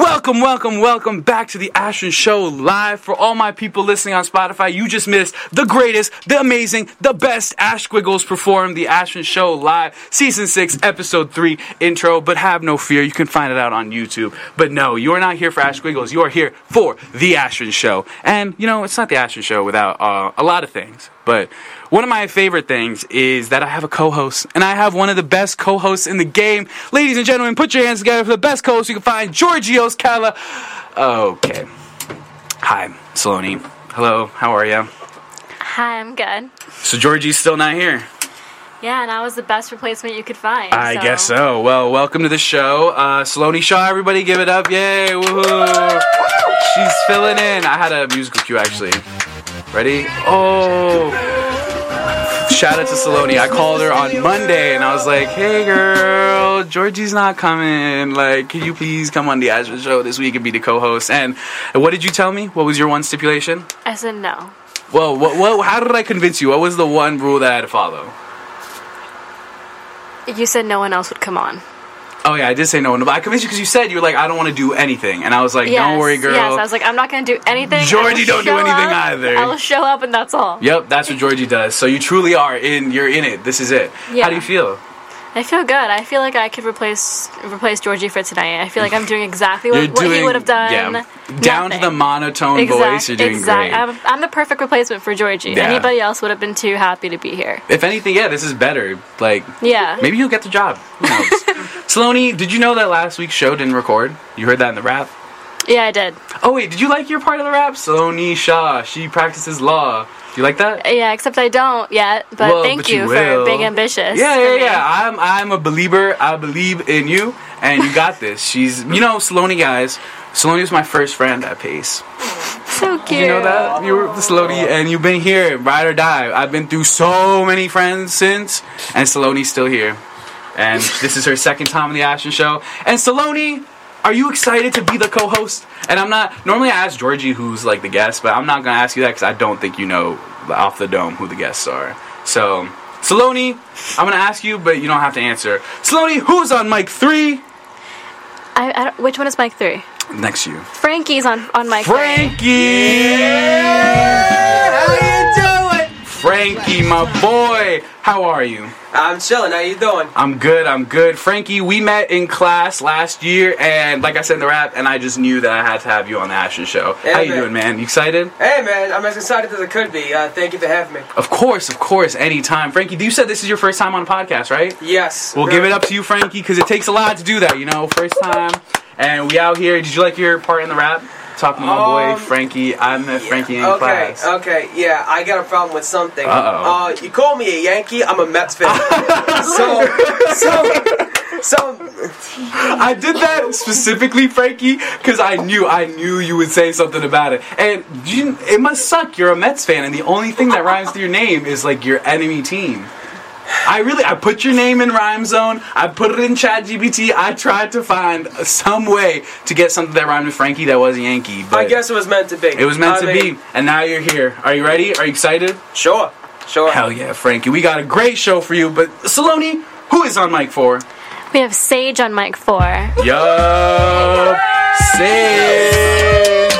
Welcome, welcome, welcome back to the Ashton Show live. For all my people listening on Spotify, you just missed the greatest, the amazing, the best Ash Squiggles perform the Ashton Show live, season six, episode three intro. But have no fear, you can find it out on YouTube. But no, you are not here for Ash Squiggles. You are here for the Ashton Show, and you know it's not the Ashton Show without uh, a lot of things. But one of my favorite things is that I have a co-host, and I have one of the best co-hosts in the game. Ladies and gentlemen, put your hands together for the best co-host you can find, Georgios Kala. Okay. Hi, Saloni. Hello, how are you? Hi, I'm good. So Georgie's still not here. Yeah, and I was the best replacement you could find. I guess so. Well, welcome to the show, uh, Saloni Shaw. Everybody, give it up! Yay! Woohoo! She's filling in. I had a musical cue actually. Ready? Oh! Shout out to Saloni. I called her on Monday and I was like, "Hey, girl, Georgie's not coming. Like, can you please come on the Azure Show this week and be the co-host?" And what did you tell me? What was your one stipulation? I said no. Well, what, what, how did I convince you? What was the one rule that I had to follow? You said no one else would come on. Oh yeah, I did say no one. But I convinced you because you said you were like, I don't want to do anything, and I was like, yes, Don't worry, girl. Yes, I was like, I'm not going to do anything. I will Georgie don't do show anything up, either. I will show up, and that's all. Yep, that's what Georgie does. So you truly are in. You're in it. This is it. How Yeah. do you feel? I feel good. I feel like I could replace replace Georgie for tonight. I feel like I'm doing exactly what, what he would have done. Yeah, down to the Nothing. monotone Exact- voice. You're doing exact. great. I'm, I'm the perfect replacement for Georgie. Yeah. Anybody else would have been too happy to be here. if anything, yeah, this is better. Like Yeah. maybe you'll get the job. Who knows? Saloni, did you know that last week's show didn't record? You heard that in the rap. Yeah, I did. Oh wait, did you like your part of the rap? Saloni Shah, she practices law. Do you like that? Yeah, except I don't yet. But Well, thank but you, you will. for being ambitious. Yeah, for yeah, me. yeah. I'm I'm a believer. I believe in you, and you got this. She's you know Saloni guys. Saloni was my first friend at Pace. So cute. You know that you were with Saloni, and you've been here, ride or die. I've been through so many friends since, and Saloni's still here. And this is her second time on the Ashton Show. And Saloni, are you excited to be the co-host? And I'm not. Normally, I ask Georgie who's like the guest, but I'm not gonna ask you that because I don't think you know off the dome who the guests are. So, Saloni, I'm gonna ask you, but you don't have to answer. Saloni, who's on mic three? I, I don't, which one is mic three? Next to you. Frankie's on on mic three. Frankie! How you doing? Frankie, my boy, how are you? I'm chilling. How you doing? I'm good, I'm good. Frankie, we met in class last year, and like I said in the rap, and I just knew that I had to have you on the Ashton Show. Yeah, how you man. doing, man? You excited? Hey, man. I'm as excited as I could be. Uh, thank you for having me. Of course, of course, anytime. Frankie, you said this is your first time on a podcast, right? Yes. We'll very- give it up to you, Frankie, because it takes a lot to do that, you know? First time, and we out here. Did you like your part in the rap? Talking to my Um, boy, Frankie. I met Frankie in okay, class. Okay. Yeah, I got a problem with something. Uh-oh. Uh, you call me a Yankee. I'm a Mets fan. so, so, so. I did that specifically, Frankie, because I knew I knew you would say something about it. And you, it must suck. You're a Mets fan, and the only thing that rhymes to your name is like your enemy team. I really, I put your name in rhyme zone. I put it in ChatGPT. I tried to find some way to get something that rhymed with Frankie that was Yankee, but I guess it was meant to be. it was meant I to mean, be. And now you're here. Are you ready? Are you excited? Sure. Sure. Hell yeah, Frankie. We got a great show for you. But Saloni, who is on mic four? We have Sage on mic four. Yo, Sage.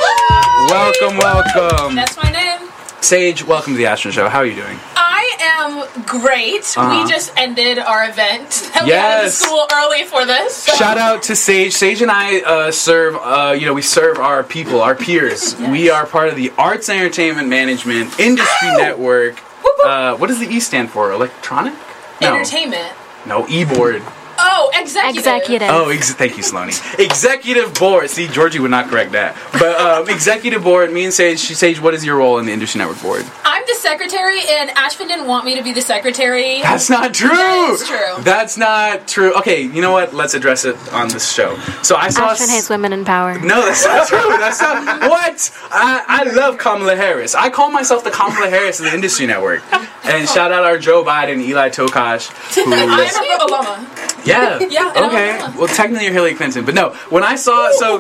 Welcome, welcome. That's my name. Sage, welcome to the Ashton Show. How are you doing? I am great. Uh-huh. We just ended our event that we had at the Yes. school early for this. so- Shout out to Sage. Sage and I uh, serve, uh, you know, we serve our people, our peers. We are part of the Arts and Entertainment Management Industry Network. Uh, what does the E stand for? Electronic? No, Entertainment. no, E board. Oh, executive. Executive. Oh, ex- thank you, Sloane. Executive board. See, Georgie would not correct that. But um, executive board. Me and Sage. Sage, what is your role in the Industry Network board? I'm the secretary, and Ashvin didn't want me to be the secretary. That's not true. is true. That's not true. Okay, you know what? Let's address it on this show. So I saw. Ashton hates women in power. no, that's not true. That's not what. I, I love Kamala Harris. I call myself the Kamala Harris of the Industry Network. And shout out our Joe Biden, Eli Tokash, who I'm is a pro- Obama. Yeah. Yeah, and I Okay. love them. Well, technically you're Hillary Clinton, but no. When I saw so,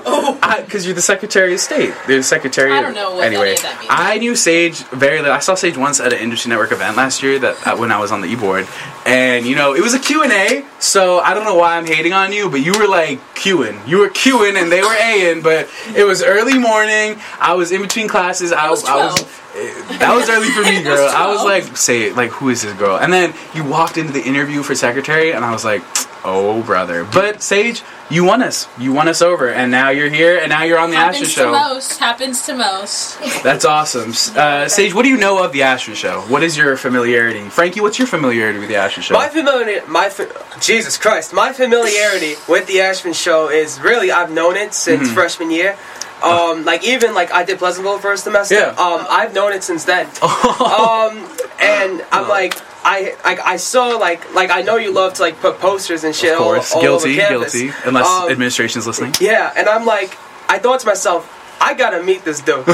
because you're the Secretary of State, the Secretary. I don't know what anyway, any of that means. I knew Sage very little. I saw Sage once at an Industry Network event last year that uh, when I was on the E board, and you know it was a Q and A. So I don't know why I'm hating on you, but you were like Qing. You were Qing, and they were Aing. But it was early morning. I was in between classes. I was I was 12. that was early for me, It was girl. I was 12. like, say, like, who is this girl? And then you walked into the interview for secretary, and I was like, oh, brother. But Sage, you won us. You won us over, and now you're here, and now you're on the Ashton happens to show. most. Happens to most. That's awesome. S- Uh, Sage, what do you know of the Ashton show? What is your familiarity? Frankie, what's your familiarity with the Ashton show? My familiarity, my fa- Jesus Christ, my familiarity with the Ashman Show is really I've known it since Mm-hmm. freshman year. Um, like even like I did Pleasantville for a semester. Yeah. Oh. Um, I've known it since then. um, and I'm like I like I saw like like I know you love to like put posters and shit of course, all, all guilty, over campus. guilty. Unless Um, administration's listening. Yeah, and I'm like, I thought to myself, I gotta meet this dude.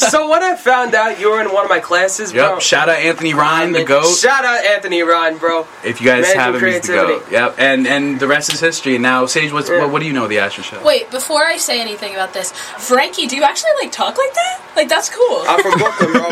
so when I found out you were in one of my classes, Yep. bro. Shout out Anthony Ryan, the man, goat. um, Shout out Anthony Ryan, bro. if you guys Managing haven't, he's the creativity. goat. Yep. And and the rest is history. Now, Sage, what's, Yeah. what, what do you know of the Ashton show? Wait, before I say anything about this, Frankie, do you actually like talk like that? Like that's cool. I'm from Brooklyn, bro. I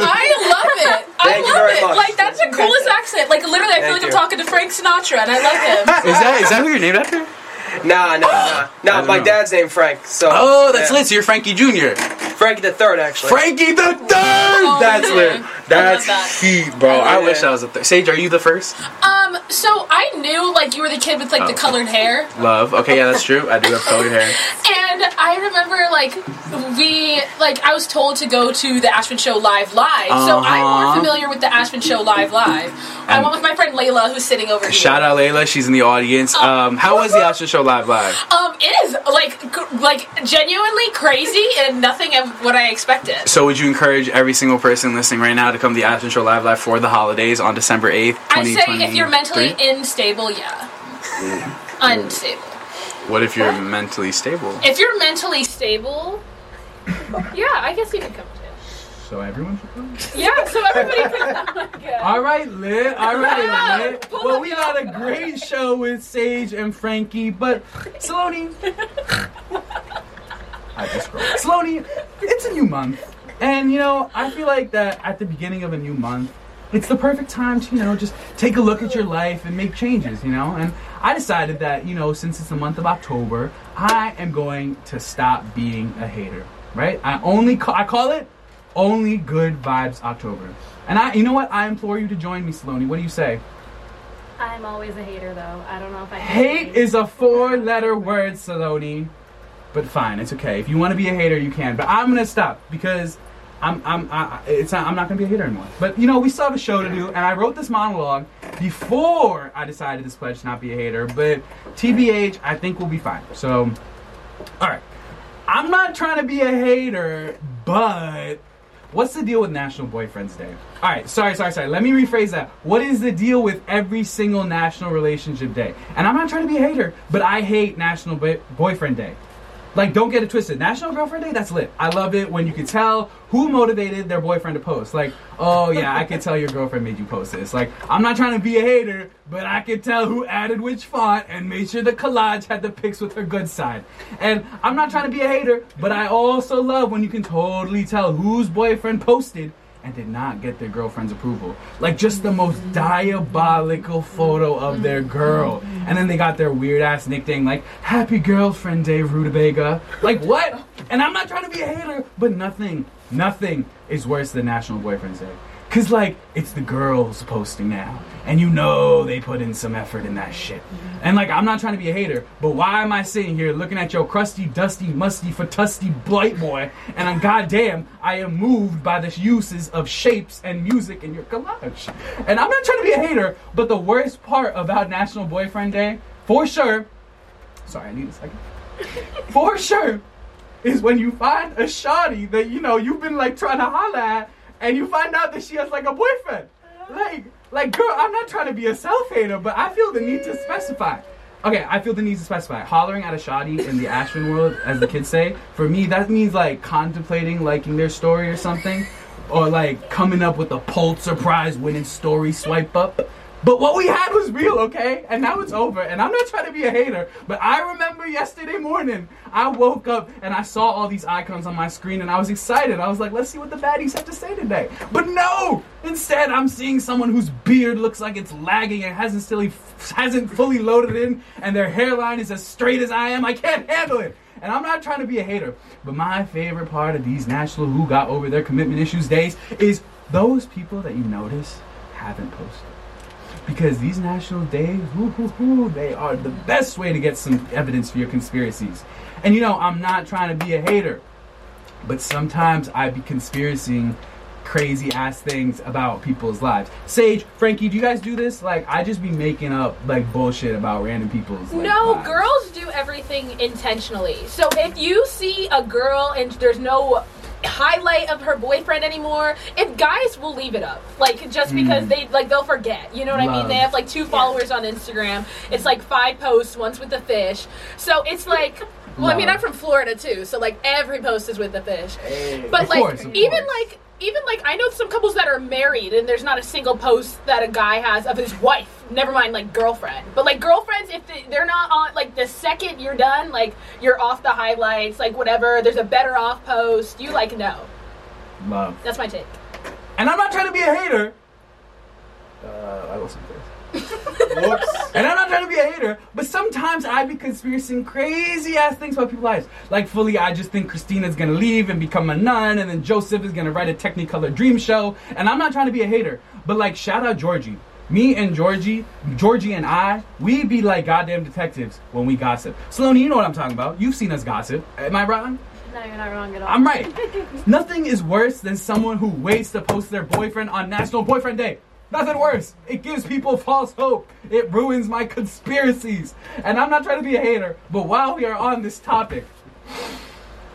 love it. I Thank you love very it. much. Like that's the coolest accent. Like literally, I Thank feel like you. I'm talking to Frank Sinatra, and I love him. Is that is that who you're named after? Nah, nah, nah. I Nah, don't my know. dad's name Frank. So. Oh, that's yeah. lit. So you're Frankie Jr. Frankie the third, actually. Frankie the third. that's man. lit. That's Oh, I love that. heat, bro. I Yeah. wish I was a third. Sage, are you the first? Um, so I knew like you were the kid with like the Oh. colored hair, Love. Okay, yeah, that's true. I do have colored hair. and I remember like we like I was told to go to the Ashman Show live live, so I'm Uh-huh. more familiar with the Ashman Show live live. I And- went with my friend Layla, who's sitting over here. Shout out Layla. She's in the audience. Um, how was the Ashton Show live live? Um, it is like g- like genuinely crazy and nothing of what I expected. So would you encourage every single person listening right now to come to the Ashton Show live live for the holidays on December eighth, I twenty say twenty? if you're mentally unstable, yeah, Mm. unstable. What if you're mentally stable? If you're mentally stable, yeah, I guess you can come too. So everyone should come. Yeah, so everybody can. Oh my God. All right, lit. All right, Yeah, lit. pull Well, up we your- got a great show with Sage and Frankie, but Saloni. I just scrolled. Saloni, it's a new month, and you know I feel like that at the beginning of a new month, it's the perfect time to you know just take a look at your life and make changes. You know, and I decided that you know since it's the month of October, I am going to stop being a hater. Right? I only ca- I call it only good vibes October. And I, you know what? I implore you to join me, Saloni. What do you say? I'm always a hater, though. I don't know if I can Hate be. is a four-letter word, Saloni. But fine, it's okay. If you want to be a hater, you can. But I'm gonna stop because I'm, I'm, I, I- it's not, I'm not gonna be a hater anymore. But you know, we still have a show to do, and I wrote this monologue before I decided this pledge to not be a hater. But TBH, I think we'll be fine. So, all right. I'm not trying to be a hater, but what's the deal with National Boyfriends Day? All right, sorry, sorry, sorry. Let me rephrase that. What is the deal with every single National Relationship Day? And I'm not trying to be a hater, but I hate National Boy- Boyfriend Day. Like, don't get it twisted. National Girlfriend Day, that's lit. I love it when you can tell who motivated their boyfriend to post. Like, oh yeah, I could tell your girlfriend made you post this. Like, I'm not trying to be a hater, but I could tell who added which font and made sure the collage had the pics with her good side. And I'm not trying to be a hater, but I also love when you can totally tell whose boyfriend posted and did not get their girlfriend's approval. Like just the most diabolical photo of their girl. And then they got their weird ass nickname like Happy Girlfriend Day Rutabaga. Like what? And I'm not trying to be a hater, but nothing, nothing is worse than National Boyfriend's Day. Cause like it's the girls posting now, and you know they put in some effort in that shit. And like I'm not trying to be a hater, but why am I sitting here looking at your crusty, dusty, musty, fatusty blight boy? And I'm goddamn, I am moved by the uses of shapes and music in your collage. And I'm not trying to be a hater, but the worst part about National Boyfriend Day, for sure, sorry, I need a second, for sure, is when you find a shawty that you know you've been like trying to holla at, and you find out that she has like a boyfriend. Like, like, girl, I'm not trying to be a self hater, but I feel the need to specify. Okay, I feel the need to specify. Hollering at a shoddy in the Ashman world, as the kids say, for me that means like contemplating liking their story or something, or like coming up with a Pulitzer Prize winning story swipe up. But what we had was real, okay? And now it's over. And I'm not trying to be a hater, but I remember yesterday morning, I woke up and I saw all these icons on my screen and I was excited. I was like, let's see what the baddies have to say today. But no! Instead, I'm seeing someone whose beard looks like it's lagging and hasn't silly, hasn't fully loaded in, and their hairline is as straight as I am. I can't handle it. And I'm not trying to be a hater, but my favorite part of these national who got over their commitment issues days is those people that you notice haven't posted. Because these national days, whoo, whoo, whoo, they are the best way to get some evidence for your conspiracies. And you know, I'm not trying to be a hater, but sometimes I be conspiracing crazy ass things about people's lives. Sage, Frankie, do you guys do this? Like, I just be making up like bullshit about random people's. Like, No, lives. girls do everything intentionally. So if you see a girl and there's no highlight of her boyfriend anymore, if guys will leave it up, like just because they like they'll forget. You know what I Hmm. Love. mean? They have like two followers on Instagram. It's like five posts, once with the fish. So it's like. Well, I mean, Love. I'm from Florida too, so like every post is with the fish. But Of like, course, of even course. like, even like, I know some couples that are married, and there's not a single post that a guy has of his wife. Never mind, like girlfriend. But like girlfriends, if they, they're not on, like the second you're done, like you're off the highlights, like whatever. There's a better off post. You like no. love. That's my take. And I'm not trying to be a hater. Uh, I lost my place. Whoops. And I'm not trying to be a hater, but sometimes I be conspiracing crazy ass things about people's lives. Like fully, I just think Christina's gonna leave and become a nun, and then Joseph is gonna write a Technicolor dream show. And I'm not trying to be a hater, but like shout out Georgie. Me and Georgie, Georgie and I, we be like goddamn detectives when we gossip. Saloni, you know what I'm talking about. You've seen us gossip. Am I wrong? No, you're not wrong at all. I'm right. Nothing is worse than someone who waits to post their boyfriend on National Boyfriend Day. Nothing worse. It gives people false hope. It ruins my conspiracies. And I'm not trying to be a hater, but while we are on this topic,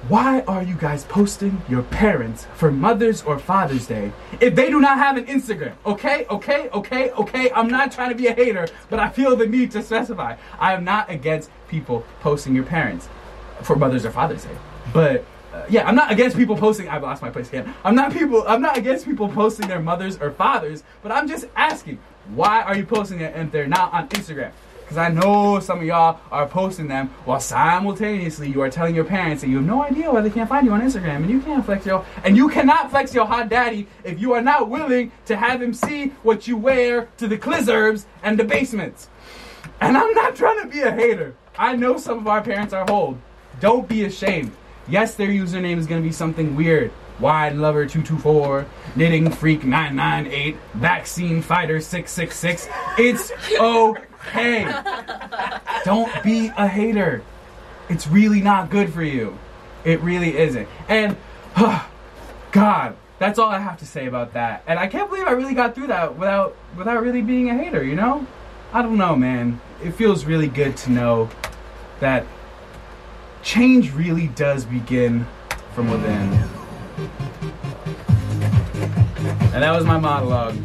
why are you guys posting your parents for Mother's or Father's Day if they do not have an Instagram? Okay, okay, okay, okay. I'm not trying to be a hater, but I feel the need to specify. I am not against people posting your parents for Mother's or Father's Day, but. uh, yeah, I'm not against people posting. I've lost my place again. I'm not people. I'm not against people posting their mothers or fathers, but I'm just asking, why are you posting it if they're not on Instagram? Because I know some of y'all are posting them while simultaneously you are telling your parents that you have no idea why they can't find you on Instagram and you can't flex your and you cannot flex your hot daddy if you are not willing to have him see what you wear to the clizzards and the basements. And I'm not trying to be a hater. I know some of our parents are old. Don't be ashamed. Yes, their username is gonna be something weird. Wide lover two two four, knitting freak nine nine eight, vaccine fighter six six six. It's okay. Don't be a hater. It's really not good for you. It really isn't. And God, that's all I have to say about that. And I can't believe I really got through that without without really being a hater, you know? I don't know, man. It feels really good to know that change really does begin from within. And that was my monologue.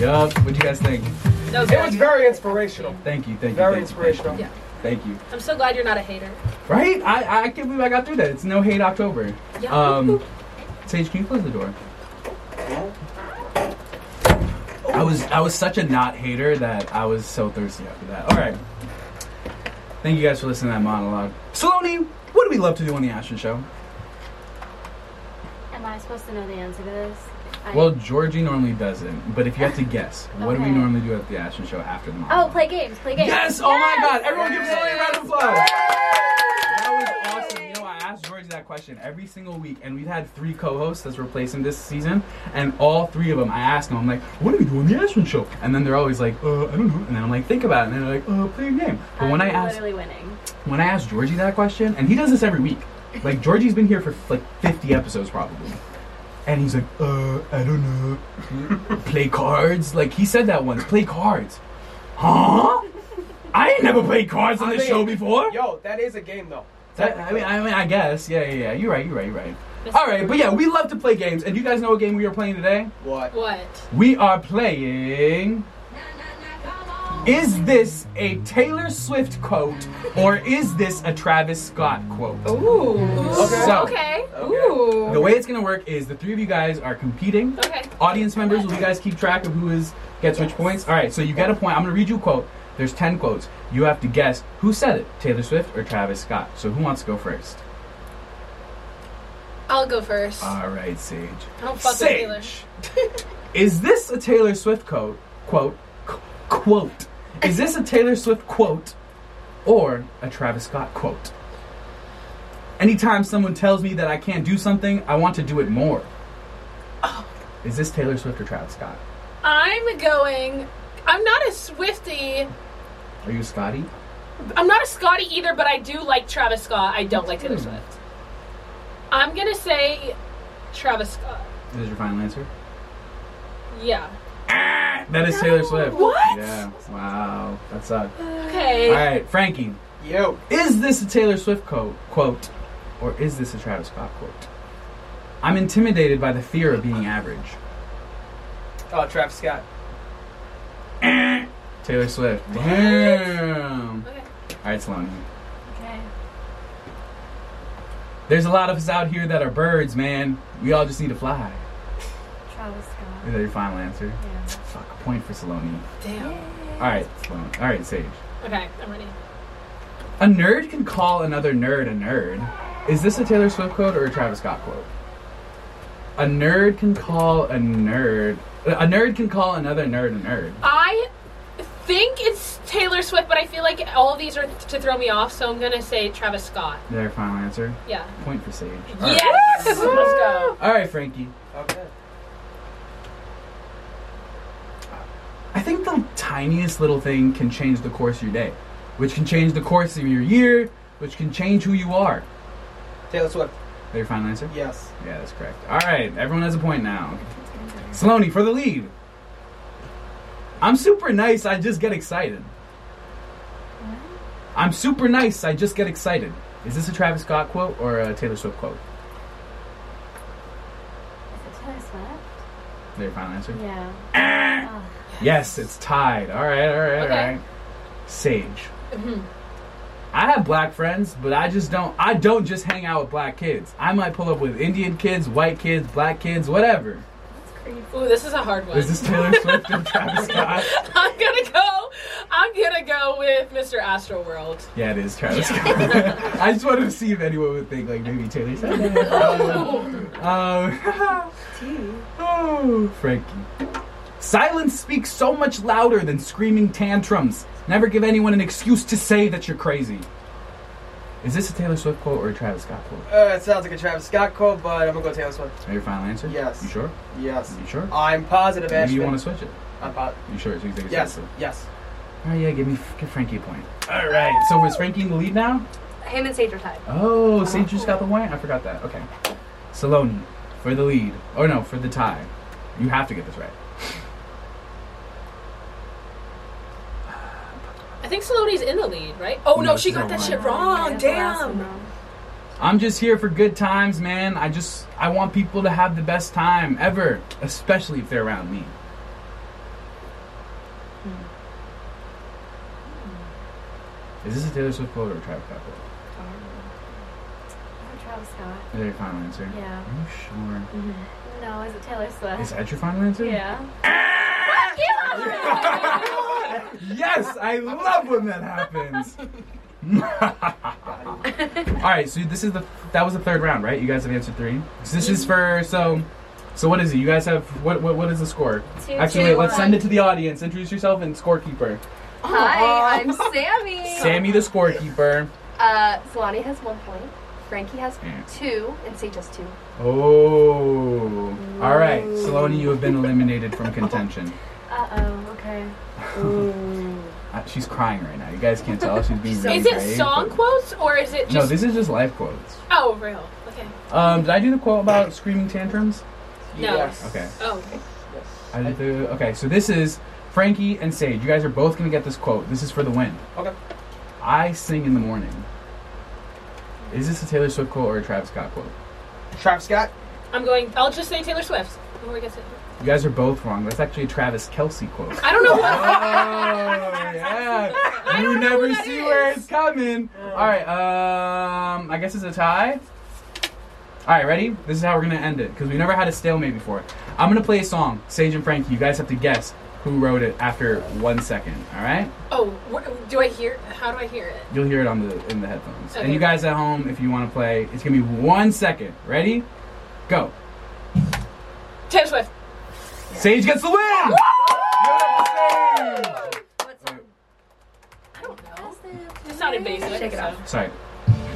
Yup, what do you guys think? That was It was good. very inspirational. Thank you, thank you. thank Very you, thank you, inspirational. Yeah. Thank you. I'm so glad you're not a hater. Right? I, I can't believe I got through that. It's no hate October. Yeah. Um, Sage, can you close the door? I was I was such a not hater that I was so thirsty after that. All right. Thank you guys for listening to that monologue. Saloni, what do we love to do on the Ashton Show? Am I supposed to know the answer to this? I- Well, Georgie normally doesn't, but if you have to guess, what do we Okay. normally do at the Ashton Show after the monologue? oh, play games. Play games. Yes! Oh my Yes! god! Everyone give Zoe a round of applause! That was awesome. You know, I asked George that question every single week, and we've had three co-hosts that's replacing this season, and all three of them, I ask them, I'm like, "What are we doing the Ashman show?" And then they're always like, "Uh, I don't know." And then I'm like, "Think about it." And they're like, "Uh, play a game." But I'm when I asked literally winning. when I asked Georgie that question, and he does this every week, like Georgie's been here for like 50 episodes probably, and he's like, "Uh, I don't know." play cards? Like he said that once. Play cards? Huh? I ain't never played cards on I this mean, show before. Yo, that is a game though. That- I mean, I mean, I guess. Yeah, yeah, yeah. You're right. You're right. You're right. All right, but yeah, we love to play games, and you guys know what game we are playing today. What? What? We are playing. Is this a Taylor Swift quote or is this a Travis Scott quote? Ooh. Okay. So- okay. Okay. Ooh. The way it's gonna work is the three of you guys are competing. Okay. Audience members, will you guys keep track of who is Gets which points? All right, so you get a point. I'm going to read you a quote. There's 10 quotes. You have to guess who said it Taylor Swift or Travis Scott. So who wants to go first? I'll go first. All right, Sage. I don't fuck with Taylor. uh, Sage. Is this a Taylor Swift quote? Quote. qu- Quote. Is this a Taylor Swift quote or a Travis Scott quote? Anytime someone tells me that I can't do something, I want to do it more. Oh. Is this Taylor Swift or Travis Scott? I'm going. I'm not a Swifty. Are you Scotty? I'm not a Scotty either, but I do like Travis Scott. I don't like Taylor Swift. I'm gonna say Travis Scott. Is this your final answer? Yeah. That is Taylor Swift. What? Uh, Yeah. Wow. That sucked. Okay. All right, Frankie. Yo. Is this a Taylor Swift quote, quote or is this a Travis Scott quote? I'm intimidated by the fear of being average. Oh, Travis Scott. Taylor Swift. Damn. Okay. All right, Sloan. Okay. There's a lot of us out here that are birds, man. We all just need to fly. Travis Scott. Is that your final answer? Yeah. Fuck, a point for Saloni. Damn. All right, Sloan. All right, Sage. Okay, I'm ready. A nerd can call another nerd a nerd. Is this a Taylor Swift quote or a Travis Scott quote? A nerd can call a nerd. A nerd can call another nerd a nerd. I think it's Taylor Swift, but I feel like all of these are to throw me off, so I'm gonna say Travis Scott. Their final answer. Yeah. Point for Sage. Yes. Let's go. All right, Frankie. Okay. I think the tiniest little thing can change the course of your day, which can change the course of your year, which can change who you are. Taylor Swift. Is that your final answer? Yes. Yeah, that's correct. All right, everyone has a point now. Saloni for the lead. I'm super nice. I just get excited. I'm super nice. I just get excited. Is this a Travis Scott quote or a Taylor Swift quote? Is it Taylor Swift? Is that your final answer? Yeah. Yes, it's tied. All right, all right, all Okay. right. Sage. I have black friends, but I just don't. I don't just hang out with black kids. I might pull up with Indian kids, white kids, black kids, whatever. Ooh, this is a hard one. Is this Taylor Swift or Travis Scott? I'm gonna go. I'm gonna go with Mr. Astroworld. Yeah, it is Travis Scott. I just wanted to see if anyone would think like maybe Taylor Swift. um, oh, Frankie. Silence speaks so much louder than screaming tantrums. Never give anyone an excuse to say that you're crazy. Is this a Taylor Swift quote or a Travis Scott quote? Uh, it sounds like a Travis Scott quote, but I'm gonna go Taylor Swift. Is that your final answer? Yes. You sure? Yes. You sure? I'm positive, Maybe Ashton. you want to switch it. I'm po- You sure? So you think it's Yes. Taylor Swift? Yes. Oh yeah, give me give Frankie a point. All right. So is Frankie in the lead now? Him and Sage are tied. Oh, St. just got the wine? I forgot that. Okay. Saloni for the lead. Or no, for the tie. You have to get this right. I think Saloni's in the lead, right? Oh no, No, she she's got not that mine. shit wrong. Um, Damn. I'm just here for good times, man. I just I want people to have the best time ever, especially if they're around me. Hmm. Is this a Taylor Swift quote or a Travis Scott quote? Travis Scott. Is that your final answer? Yeah. Are you sure? No, is it Taylor Is Swift? that your final answer? Yeah. Yes, I love when that happens. All right, so this is the that was the third round, right? You guys have answered three. So this is for so. So what is it? You guys have what? What, what is the score? Two, Actually, two, wait. Let's one. send it to the audience. Introduce yourself and scorekeeper. Hi, I'm Sammy. Sammy the scorekeeper. Uh, Solani has one point. Frankie has Yeah. two, and Sage has two. Oh. All right, Saloni, you have been eliminated from contention. Uh oh. Okay. Uh, she's crying right now. You guys can't tell. She's being really Is it brave, song but- quotes or is it No, just? this is just life quotes. oh, real. Okay. Um, did I do the quote about screaming tantrums? No. Yes. Okay. Oh. I did the, okay, so this is Frankie and Sage. You guys are both gonna get this quote. This is for the win. Okay. I sing in the morning. Is this a Taylor Swift quote or a Travis Scott quote? Travis Scott. I'm going. I'll just say Taylor Swift. Whoever gets it. You guys are both wrong. That's actually a Travis Kelsey quote. I don't know. What, Oh yeah! You never that see is. where it's coming. All right. Um, I guess it's a tie. All right, ready? This is how we're gonna end it because we never had a stalemate before. I'm gonna play a song, Sage and Frankie. You guys have to guess who wrote it after one second. All right, Oh, what, do I hear? How do I hear it? you'll hear it on the in the headphones. And Okay. you guys at home, if you want to play, it's gonna be one second. Ready? Go. Taylor Swift. Sage gets the win. Give it up for Sage! What's up? I don't know. What's the- It's not invasive. Shake it so. off. Sorry.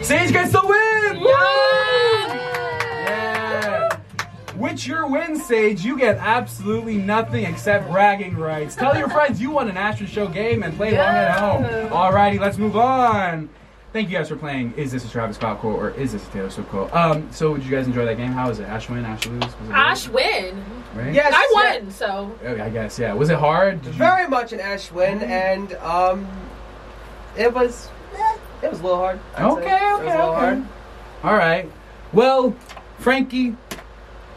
Sage gets the win. Yeah. Yeah. With your win, Sage, you get absolutely nothing except bragging rights. Tell your friends you won an Astro Show game and play along at home. Alrighty, let's move on. Thank you guys for playing. Is this a Travis Scott quote or is this a Taylor Swift quote? Um, so did you guys enjoy that game? How was it? Ash win, Ash lose? Was it Ash win. right? Yes, I yeah. won, so Okay, I guess yeah. Was it hard? Did you- Very much an Ash win, and um, it was eh, it was a little hard. I'd say. Okay, It was a okay, little okay. hard. All right. Well, Frankie,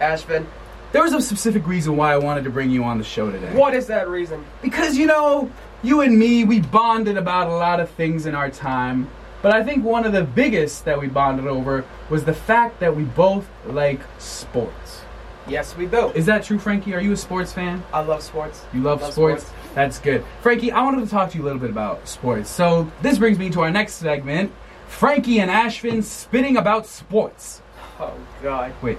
Ash win. there was a specific reason why I wanted to bring you on the show today. What is that reason? Because you know, you and me, we bonded about a lot of things in our time. But I think one of the biggest that we bonded over was the fact that we both like sports. Yes, we do. Is that true, Frankie? Are you a sports fan? I love sports. You love, Love sports? sports. That's good. Frankie, I wanted to talk to you a little bit about sports. So this brings me to our next segment Frankie and Ashvin spitting about sports. Oh God. Wait.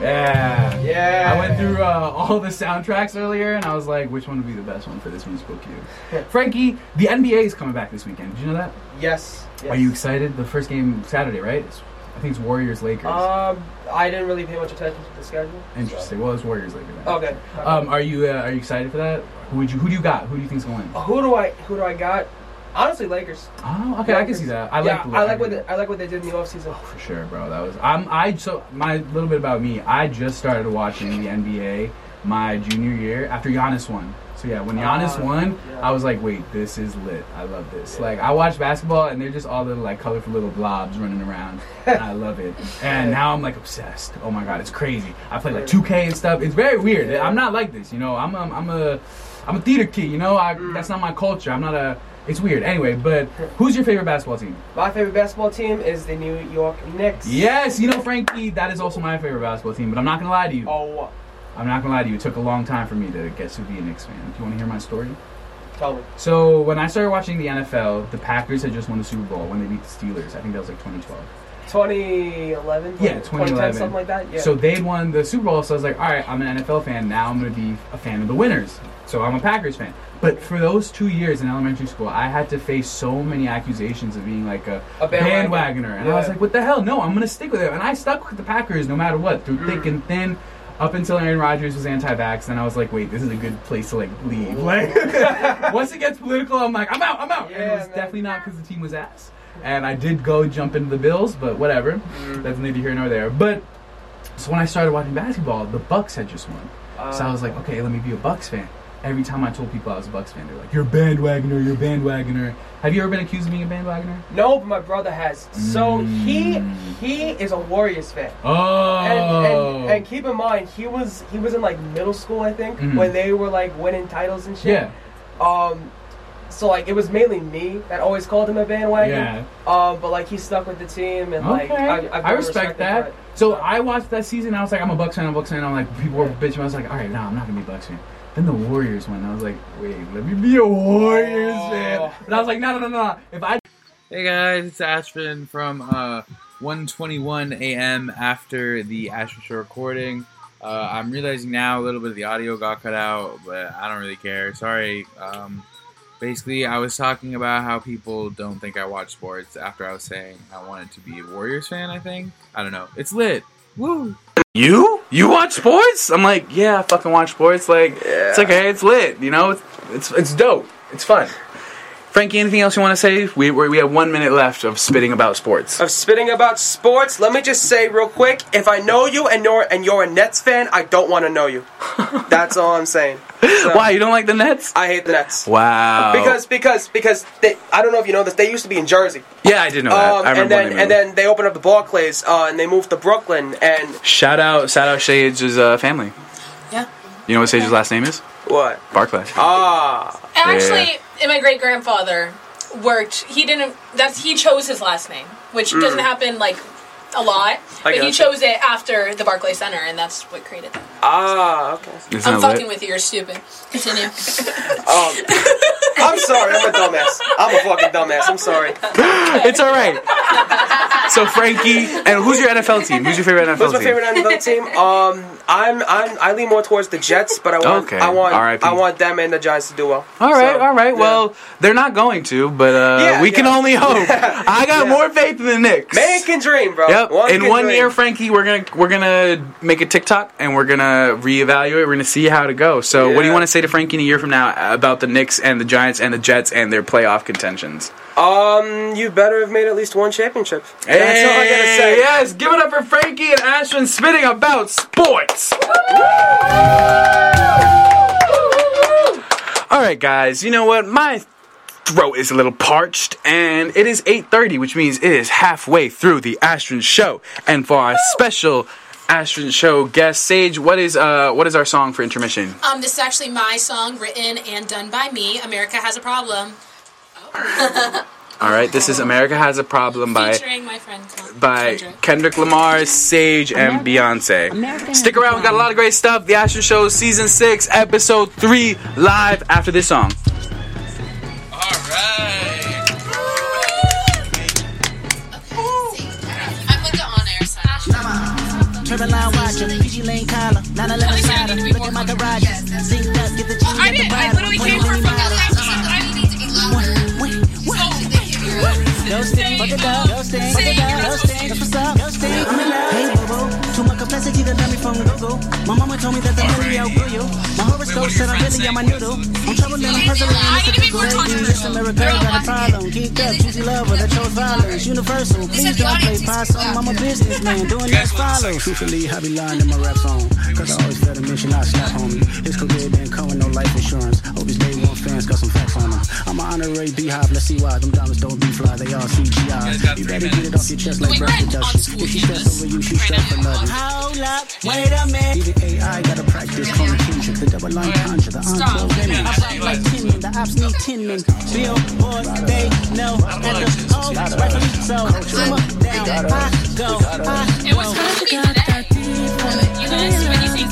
Yeah. Yeah. I went through uh, all the soundtracks earlier, and I was like, which one would be the best one for this musical cue? Frankie, the NBA is coming back this weekend. Did you know that? Yes. yes. Um, Are you excited? The first game Saturday, right? It's, I think it's Warriors Lakers. Um, I didn't really pay much attention to the schedule. Interesting. Well, it's Warriors Lakers. then. Oh, Okay. Um, are you uh, are you excited for that? Who would you who do you got? Who do you think's going to win? who do I who do I got? Honestly, Lakers. Oh, okay, I can see that. I yeah, like the I like Lakers. what they, I like what they did in the offseason. For sure, bro. That was I'm I so my little bit about me. I just started watching the NBA my junior year after Giannis won. So yeah, when Giannis Ah, won, yeah. I was like, wait, this is lit. I love this. Like I watch basketball and they're just all little like colorful little blobs running around. and I love it. And now I'm like obsessed. Oh my god, it's crazy. I play like 2K and stuff. It's very weird. Yeah. I'm not like this, you know. I'm a, I'm a I'm a theater kid, you know. I, Mm. That's not my culture. I'm not a. It's weird. Anyway, but who's your favorite basketball team? My favorite basketball team is the New York Knicks. Yes, you know, Frankie, that is also my favorite basketball team, but I'm not gonna lie to you. Oh, I'm not gonna lie to you. It took a long time for me to get to be a Knicks fan. Do you wanna hear my story? tell me. So, when I started watching the NFL, the Packers had just won the Super Bowl when they beat the Steelers. I think that was like 2012. 2011. Yeah, 2010, 2011. something like that. Yeah. So, they won the Super Bowl, so I was like, alright, I'm an NFL fan. Now I'm gonna be a fan of the winners. So, I'm a Packers fan. But for those two years in elementary school, I had to face so many accusations of being like a, A bandwagon. bandwagoner. And I was Yeah. like, what the hell? No, I'm going to stick with it. And I stuck with the Packers no matter what, through Mm. thick and thin, up until Aaron Rodgers was anti-vax. Then I was like, wait, this is a good place to, like, leave. Like, once it gets political, I'm like, I'm out, I'm out. and it Yeah, was man. definitely not because the team was ass. And I did go jump into the Bills, but whatever. Mm. That's neither here nor there. But, so when I started watching basketball, the Bucks had just won. Uh, So I was like, okay, let me be a Bucks fan. Every time I told people I was a Bucks fan, they're like, you're a bandwagoner, you're a bandwagoner. Have you ever been accused of being a bandwagoner? no, but my brother has. So he he is a Warriors fan. Oh. And, and, and keep in mind, he was he was in like middle school, I think, Mhm. when they were like winning titles and yeah. shit. Um, so like it was mainly me that always called him a bandwagon. Yeah. Um, but like he stuck with the team and like Okay. I, I, I've been respect respected that. for it. So I watched that season. I was like, I'm a Bucks fan. I'm a Bucks fan. I'm like, people were bitching. I was like, all right, no, I'm not gonna be a Bucks fan. Then the Warriors went. I was like, wait, let me be a Warriors Oh. fan. And I was like, no, no, no, no. If I Hey guys, it's Ashton from uh, 1:21 a.m. after the Ashton Show recording. Uh, I'm realizing now a little bit of the audio got cut out, but I don't really care. Sorry. Um, basically, I was talking about how people don't think I watch sports after I was saying I wanted to be a Warriors fan. I think I don't know. It's lit. Woo! you you watch sports i'm like yeah i fucking watch sports like it's okay it's lit you know it's it's, it's dope it's fun frankie anything else you want to say we, we we have one minute left of spitting about sports Of spitting about sports, let me just say real quick: if I know you and you're and you're a Nets fan, I don't want to know you. That's all I'm saying. So, why you don't like the nets I hate the Nets. wow uh, Because because because they, I don't know if you know this. They used to be in Jersey, yeah i did know that um, i remember and then when they and moved. then they opened up the Barclays, uh, and they moved to Brooklyn. And shout out shout out shage's uh, family Yeah. you know what shage's last name is what? barclay Ah, Actually, and my great grandfather worked. He didn't. That's he chose his last name, which doesn't happen like a lot. Mm. I but he gotcha. chose it after the Barclay Center, and that's what created that. Ah, okay. Isn't I'm that lit? fucking with you. You're stupid. Continue. Um, I'm sorry. I'm a dumbass. I'm a fucking dumbass. I'm sorry. It's all right. So Frankie, and who's your NFL team? Who's your favorite NFL What's my team? favorite NFL team? Um, I'm I'm I lean more towards the Jets, but I want Okay, I want RIP. I want them and the Giants to do well. All right, So, all right. yeah. Well, they're not going to, but uh, Yeah, we can yeah. only hope. I got Yeah. more faith in the Knicks. man can dream, bro. Yep. In can one dream. year, Frankie, we're gonna we're gonna make a TikTok and we're gonna reevaluate. We're gonna see how to go. So, what do you Yeah. want to say to Frankie in a year from now about the Knicks and the Giants and the Jets and their playoff contentions? um, you better have made at least one championship. That's all I gotta Hey, say. Yes, give it up for Frankie and Ashwin spitting about sports. All right, guys. You know what? My throat is a little parched, and it is 8:30, which means it is halfway through the Ashwin show. And for our special Ashwin show guest, Sage, what is uh what is our song for intermission? Uh, Um, this is actually my song, written and done by me. America has a problem, All right, this is America Has a Problem by featuring my friend. Con- by Kendrick. Kendrick Lamar, Sage, and Beyonce. Stick around, we got a lot of great stuff. The Ashton Show, Season 6, Episode 3, live after this song. I'm like the on-air side. Urban line watcher, PG lane collar, 911 Honestly, I sider, need to be look more at my confident. garage, zinked up, get the G I at the didn't. I bottom, literally point came it from any fucking mile. Lexington. I need to be louder. Wait, what? Those things. Fuck it up, ghosting, fuck it up, ghosting, that's what's up, ghosting. I'm in love. Hey, Bobo, too much complexity to dummy from Google. My mama told me that the Alrighty. really outgrew you. My horoscope said I'm really on my noodle. I'm troubled and I'm puzzling. I I'm need to be more controversial. It's a miracle, got a problem. Geeked up, choosy lover that chose violence. Universal, please the don't play audience is possum. I'm a businessman doing that follow. Truthfully, I be lying in my rap song. Cause I always fail to mention I slap homie. His career didn't come with no life insurance. Hope his day one fans got some facts on him. I'm an honorary beehive, let's see why. Them diamonds don't be fly, they all guys got CGI. You three better get it off your chest like Wait, breath Brent, on reduction. school If you campus, stress over you, she right stress for now, nothing. Hold up, wait a minute. Even AI gotta practice calling Kendrick. The double line conjure, the encore women. I rock like ten men, the ops need ten men. Billboard, they know. At the home, rightfully so. Simmer down, I go, I It was supposed to be today. But you guys, when you think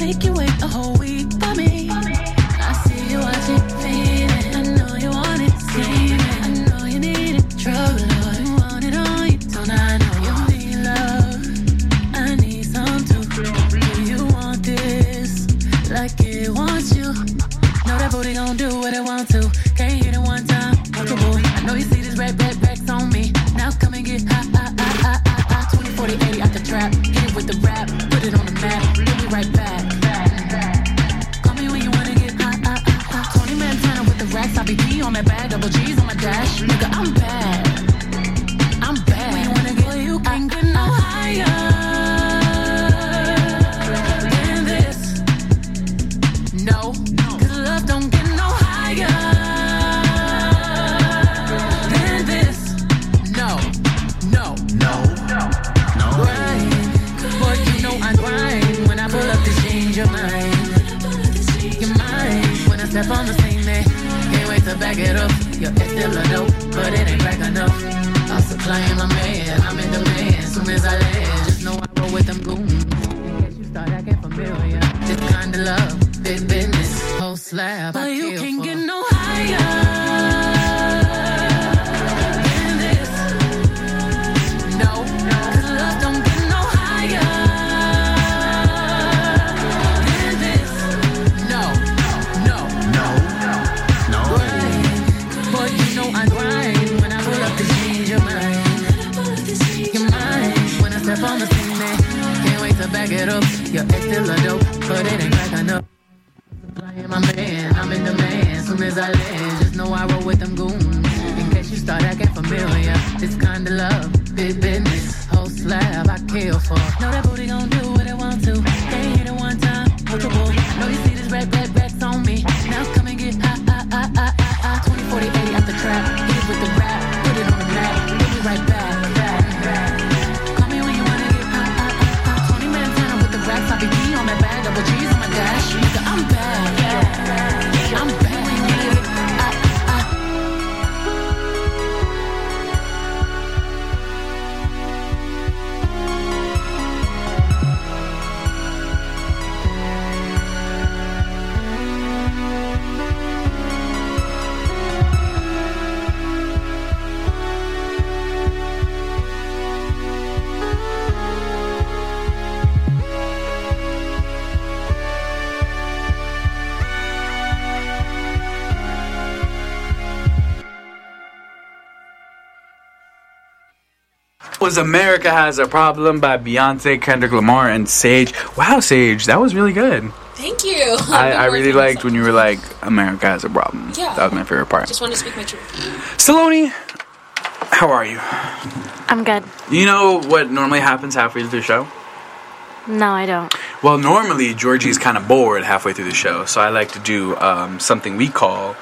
Make you wait a whole week for me. I see you watching, feeling. I know you want it, scheming. I know you need it, trouble. Lord. You want it all, you don't. I know you need love. I need some too. Do you want this? Like it wants you. Know that booty gon' do what it want to. Can't hit it one time, comfortable. I know you see these red back backs on me. Now come and get high, high, high, high, high, high. 20, 40, 80 out the trap. Hit it with the rap, put it on the map. We'll be right back. Call me when you wanna get high, high, high, high. Tony Montana with the racks. I be P on that bag, double G's on my dash. Nigga, I'm bad. I'm bad. When you wanna get, you can get no higher than this. No, cause love don't get no higher than this. No, no, no, no. Grind, but you know I grind when I pull up to change your mind. Your mind when I step on the scene, man. Can't wait to back it up. Your ex still a dope, but it ain't back enough. I'm supplying my man, I'm in demand. Soon as I land, just know I roll with them goons. In case you start acting familiar. This kind of love, big business, whole slab. But you can't get no higher than this. No, 'cause love don't get no higher than this. No, no, no, no. But you know I grind when I pull up to change your mind your mind when I step on the scene, man. Can't wait to back it up. Your ex still a dope, but it ain't back enough. Supplying my man, I'm in demand. Soon as I land, just know I roll with them goons. In case you start acting familiar, this kind of love, big business, whole slab I kill for. Know that booty gon' do what it want to. Can't hit it one time, hookable. Know you see this red, red, red's on me. Now come and get high, high, high, high, high, high. 20, 40, 80 out the trap. Hit it with the rap, put it on the map. We'll be right back, back, back. Call me when you wanna get high, high, high, high. Tony Montana with the racks, I be D on that bag, double G's on my dash. Nigga, I'm back, I'm back. When you wanna get high, high, high. was America Has a Problem by Beyonce, Kendrick Lamar, and Sage. Wow, Sage, that was really good. Thank you. I, I've been I really working on liked when you were like, America Has a Problem. Yeah. That was my favorite something. part. Just wanted to speak my truth. Saloni, how are you? I'm good. You know what normally happens halfway through the show? No, I don't. Well, normally Georgie's kind of bored halfway through the show, so I like to do um, something we call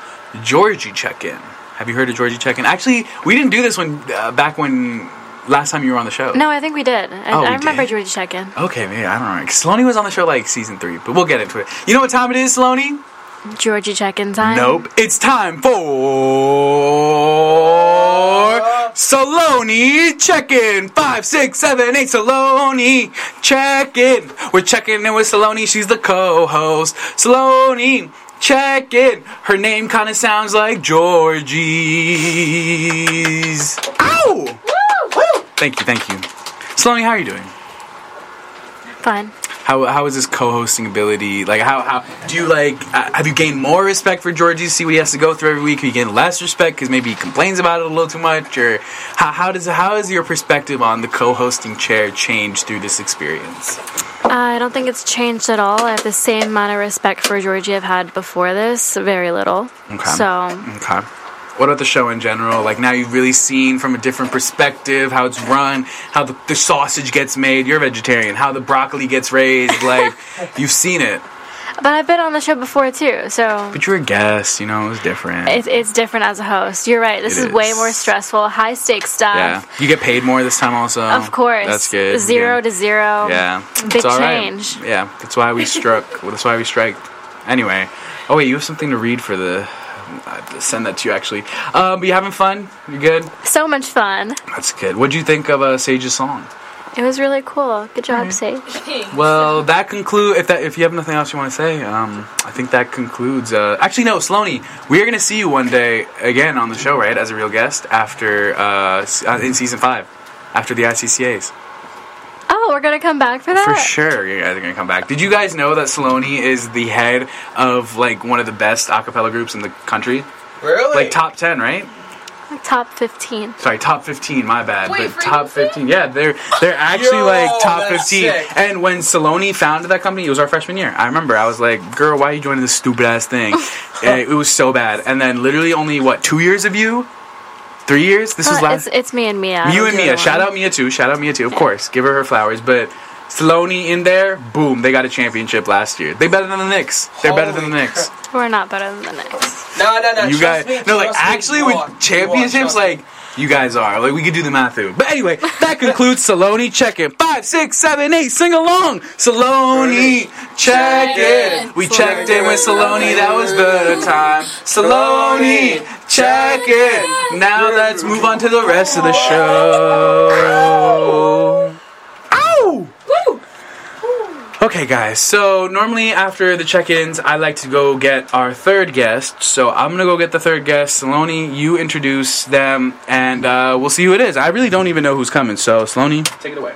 Georgie check-in. Have you heard of Georgie check-in? Actually, we didn't do this when uh, back when last time you were on the show. No, I think we did. I, Oh, we I remember did? Georgie check in. Okay, maybe I don't know. 'Cause Saloni was on the show like season three, but we'll get into it. You know what time it is, Saloni? Georgie check in time. Nope. It's time for Saloni check-in. Five, six, seven, eight. Saloni check-in. We're checking in with Saloni. She's the co-host. Saloni check-in. Her name kind of sounds like Georgie's. Ow! Thank you, thank you. Saloni, how are you doing? Fine. How, how is this co-hosting ability like how, how do you like uh, have you gained more respect for Georgie see what he has to go through every week or you gain less respect because maybe he complains about it a little too much or how, how does how has your perspective on the co-hosting chair changed through this experience Uh, I don't think it's changed at all. I have the same amount of respect for Georgie I've had before this. Very little. So okay what about the show in general like now you've really seen from a different perspective how it's run how the, the sausage gets made you're a vegetarian how the broccoli gets raised like you've seen it But I've been on the show before too, so but you're a guest you know it was different it's, it's different as a host. You're right. This It is, way is. more stressful, high stakes Yeah, stuff. you get paid more this time also. Of course. that's good. Zero yeah. to zero. yeah, Big It's all right. change. Yeah, that's why we struck. well, that's why we strike. Anyway, oh wait, you have something to read for the. I have to send that to you actually. Um, but you having fun? You good? So much fun. That's good. What'd you think of uh, Sage's song? It was really cool. Good job, Mm-hmm. Sage. Well, that conclude. If that, if you have nothing else you want to say, um, I think that concludes. Uh, actually, no, Sloane, we are gonna see you one day again on the show, right? As a real guest after uh, s- uh, in season five, after the ICCAs. Oh, we're gonna come back for that. For sure, you guys are gonna come back. Did you guys know that Saloni is the head of like one of the best acapella groups in the country? Really? Like top ten, right? Top fifteen. Sorry, top fifteen. My bad, Wait, but top fifteen. Yeah, they're they're actually Yo, like top that's fifteen. sick. And when Saloni founded that company, it was our freshman year. I remember I was like, "Girl, why are you joining this stupid ass thing?" And it was so bad. And then literally only what two years of you, three years. This was Uh, last. It's, it's me and Mia. You I'm and the Mia. other Shout one. out Mia too. Shout out Mia too. Of course, give her her flowers. But Saloni in there, boom! They got a championship last year. They better than the Knicks. They're better than the Knicks. We're not better than the next. No, no, no. you trust guys, me, no, like trust me, actually you with are. You are, championships, trust me. like you guys are. Like we could do the math through. But anyway, that concludes Saloni check in. Five, six, seven, eight. Sing along, Saloni check in. We checked in with Saloni. That was the time. Saloni check in. Now let's move on to the rest of the show. Ow! Okay, guys. So normally after the check-ins, I like to go get our third guest. So I'm gonna go get the third guest. Saloni, you introduce them, and uh, we'll see who it is. I really don't even know who's coming. So Saloni, take it away.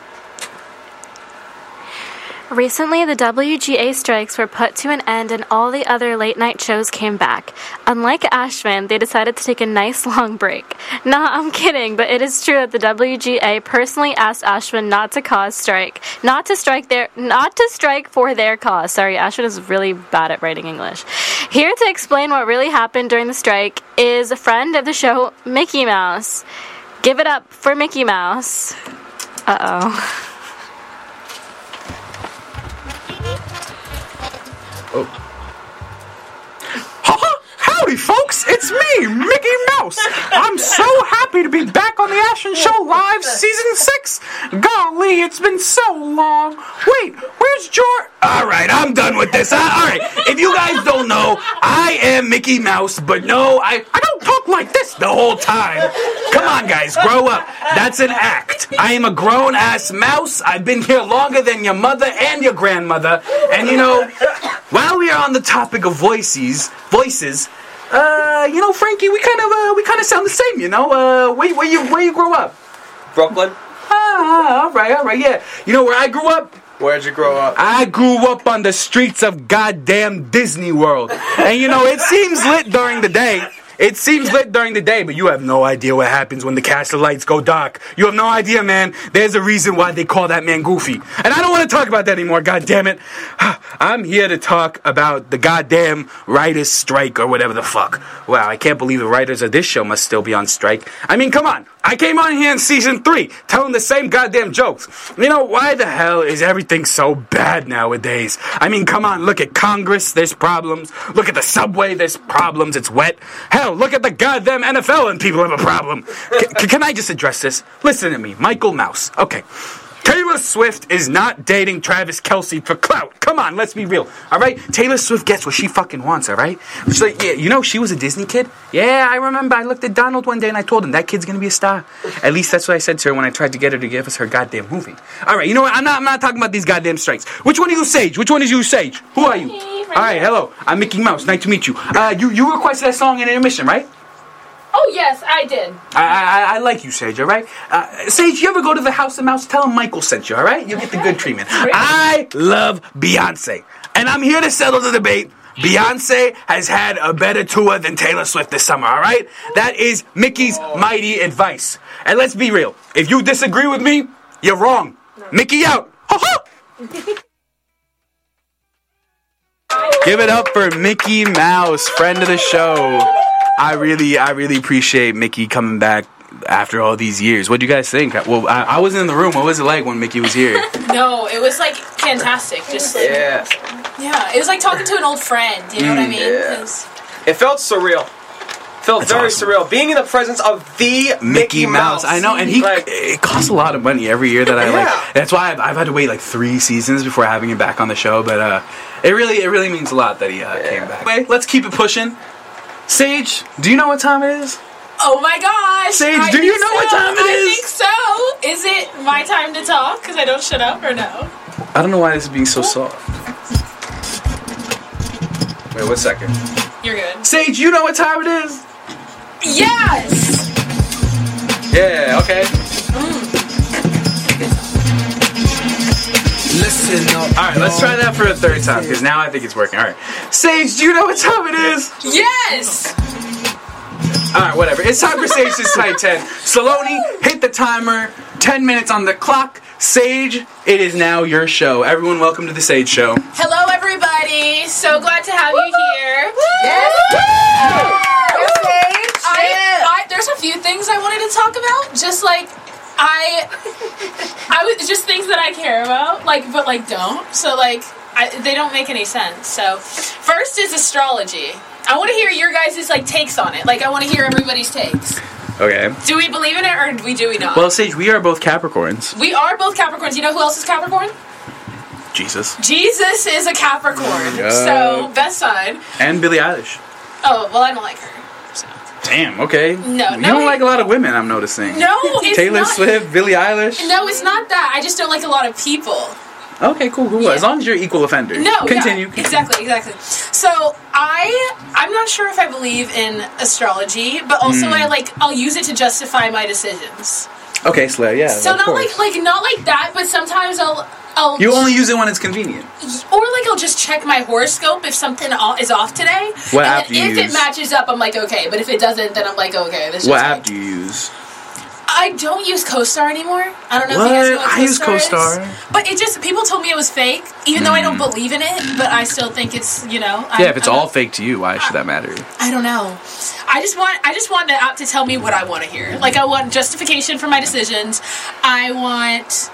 Recently, the WGA strikes were put to an end and all the other late night shows came back. Unlike Ashman, they decided to take a nice long break. Nah, I'm kidding, but it is true that the WGA personally asked Ashman not to cause strike, not to strike their, not to strike for their cause. Sorry, Ashman is really bad at writing English. Here to explain what really happened during the strike is a friend of the show, Mickey Mouse. Give it up for Mickey Mouse. Uh oh. Howdy, folks! It's me, Mickey Mouse. I'm so happy to be back on the Ashen Show Live Season 6. Golly, it's been so long. Wait, where's George? Alright, I'm done with this. Alright, if you guys don't know, I am Mickey Mouse, but no, I, I don't talk like this the whole time. Come on, guys, grow up. That's an act. I am a grown ass mouse. I've been here longer than your mother and your grandmother. And you know, while we are on the topic of voices, voices, uh, you know, Frankie, we kind of uh, we kind of sound the same, you know. Uh, where, where you where you grow up? Brooklyn. Ah, all right, all right, yeah. You know where I grew up? Where'd you grow up? I grew up on the streets of goddamn Disney World. And you know, it seems lit during the day. It seems lit during the day, but you have no idea what happens when the castle lights go dark. You have no idea, man. There's a reason why they call that man Goofy. And I don't want to talk about that anymore, god damn it. I'm here to talk about the goddamn writer's strike or whatever the fuck. Wow, I can't believe the writers of this show must still be on strike. I mean, come on. I came on here in season three telling the same goddamn jokes. You know, why the hell is everything so bad nowadays? I mean, come on, look at Congress, there's problems. Look at the subway, there's problems, it's wet. Hell, look at the goddamn NFL and people have a problem. C- c- can I just address this? Listen to me, Michael Mouse. Okay. Taylor Swift is not dating Travis Kelsey for clout. Come on, let's be real. All right? Taylor Swift gets what she fucking wants, all right? She's like, yeah, you know, she was a Disney kid. Yeah, I remember. I looked at Donald one day and I told him that kid's gonna be a star. At least that's what I said to her when I tried to get her to give us her goddamn movie. All right, you know what? I'm not, I'm not talking about these goddamn strikes. Which one are you, Sage? Which one is you, Sage? Who are you? All right, hello. I'm Mickey Mouse. Nice to meet you. Uh, you, you requested that song in intermission, right? Oh yes, I did. I, I, I like you, Sage, all right? Uh, Sage, you ever go to the House of Mouse? Tell him Michael sent you, all right? You'll get the good treatment. I love Beyonce. And I'm here to settle the debate. Beyonce has had a better tour than Taylor Swift this summer, all right? That is Mickey's mighty advice. And let's be real if you disagree with me, you're wrong. Mickey out. Give it up for Mickey Mouse, friend of the show. I really, I really appreciate Mickey coming back after all these years. What do you guys think? Well, I, I wasn't in the room. What was it like when Mickey was here? No, it was like fantastic. Just like, yeah. Yeah. it was like talking to an old friend. You know what I mean? Mm, yeah. 'Cause- It felt surreal. Felt very awesome. surreal. Being in the presence of the Mickey, Mickey Mouse. Mouse. I know, and he Like, it costs a lot of money every year that I Yeah. like. That's why I've, I've had to wait like three seasons before having him back on the show. But uh, it really it really means a lot that he uh, came back. Anyway, let's keep it pushing. Sage, do you know what time it is? Oh my gosh! Sage, I do you think know what so. time it I is? think so. Is it my time to talk? Because I don't shut up or no? I don't know why this is being so soft. Wait, one second. You're good. Sage, you know what time it is? Yes. Yeah. Okay. Listen up. All right. Let's try that for a third time because now I think it's working. All right. Sage, do you know what time it is? Yes. All right, whatever. It's time for Sage's tight ten. Saloni, hit the timer. Ten minutes on the clock. Sage, it is now your show. Everyone, welcome to the Sage Show. Hello, everybody. So glad to have you here. Yes. I, I, there's a few things I wanted to talk about. Just like I, I was just things that I care about, like but like don't. So like I, they don't make any sense. So first is astrology. I want to hear your guys' like takes on it. Like I want to hear everybody's takes. Okay. Do we believe in it or do we do we not? Well, Sage, we are both Capricorns. we are both Capricorns. You know who else is Capricorn? Jesus. Jesus is a Capricorn. Yeah. So best sign. Uh, And Billie Eilish. Oh well, I don't like her. So. Damn. Okay. No, You no, don't he- like a lot of women. I'm noticing. No, it's Taylor not. Swift, Billie Eilish. No, it's not that. I just don't like a lot of people. Okay, cool, cool. As long as you're equal offender. No, yeah, Continue. exactly, exactly. So I, I'm not sure if I believe in astrology, but also Hmm. I like I'll use it to justify my decisions. Okay, Slayer. Yeah. So Uh, of not course. like like not like that, but sometimes I'll. I'll you only use it when it's convenient. or like I'll just check my horoscope if something o- is off today. What and app then do you if use? it matches up, I'm like okay. But if it doesn't, then I'm like okay. This is What just app like- do you use? I don't use CoStar anymore. I don't know if you guys know What? what I use CoStar is. CoStar. But it just people told me it was fake, even though I don't believe in it. But I still think it's you know. I, Mm. Yeah, if it's I all don't- fake to you, why should that matter? I don't know. I just want I just want the app to tell me what I want to hear. Like I want justification for my decisions. I want.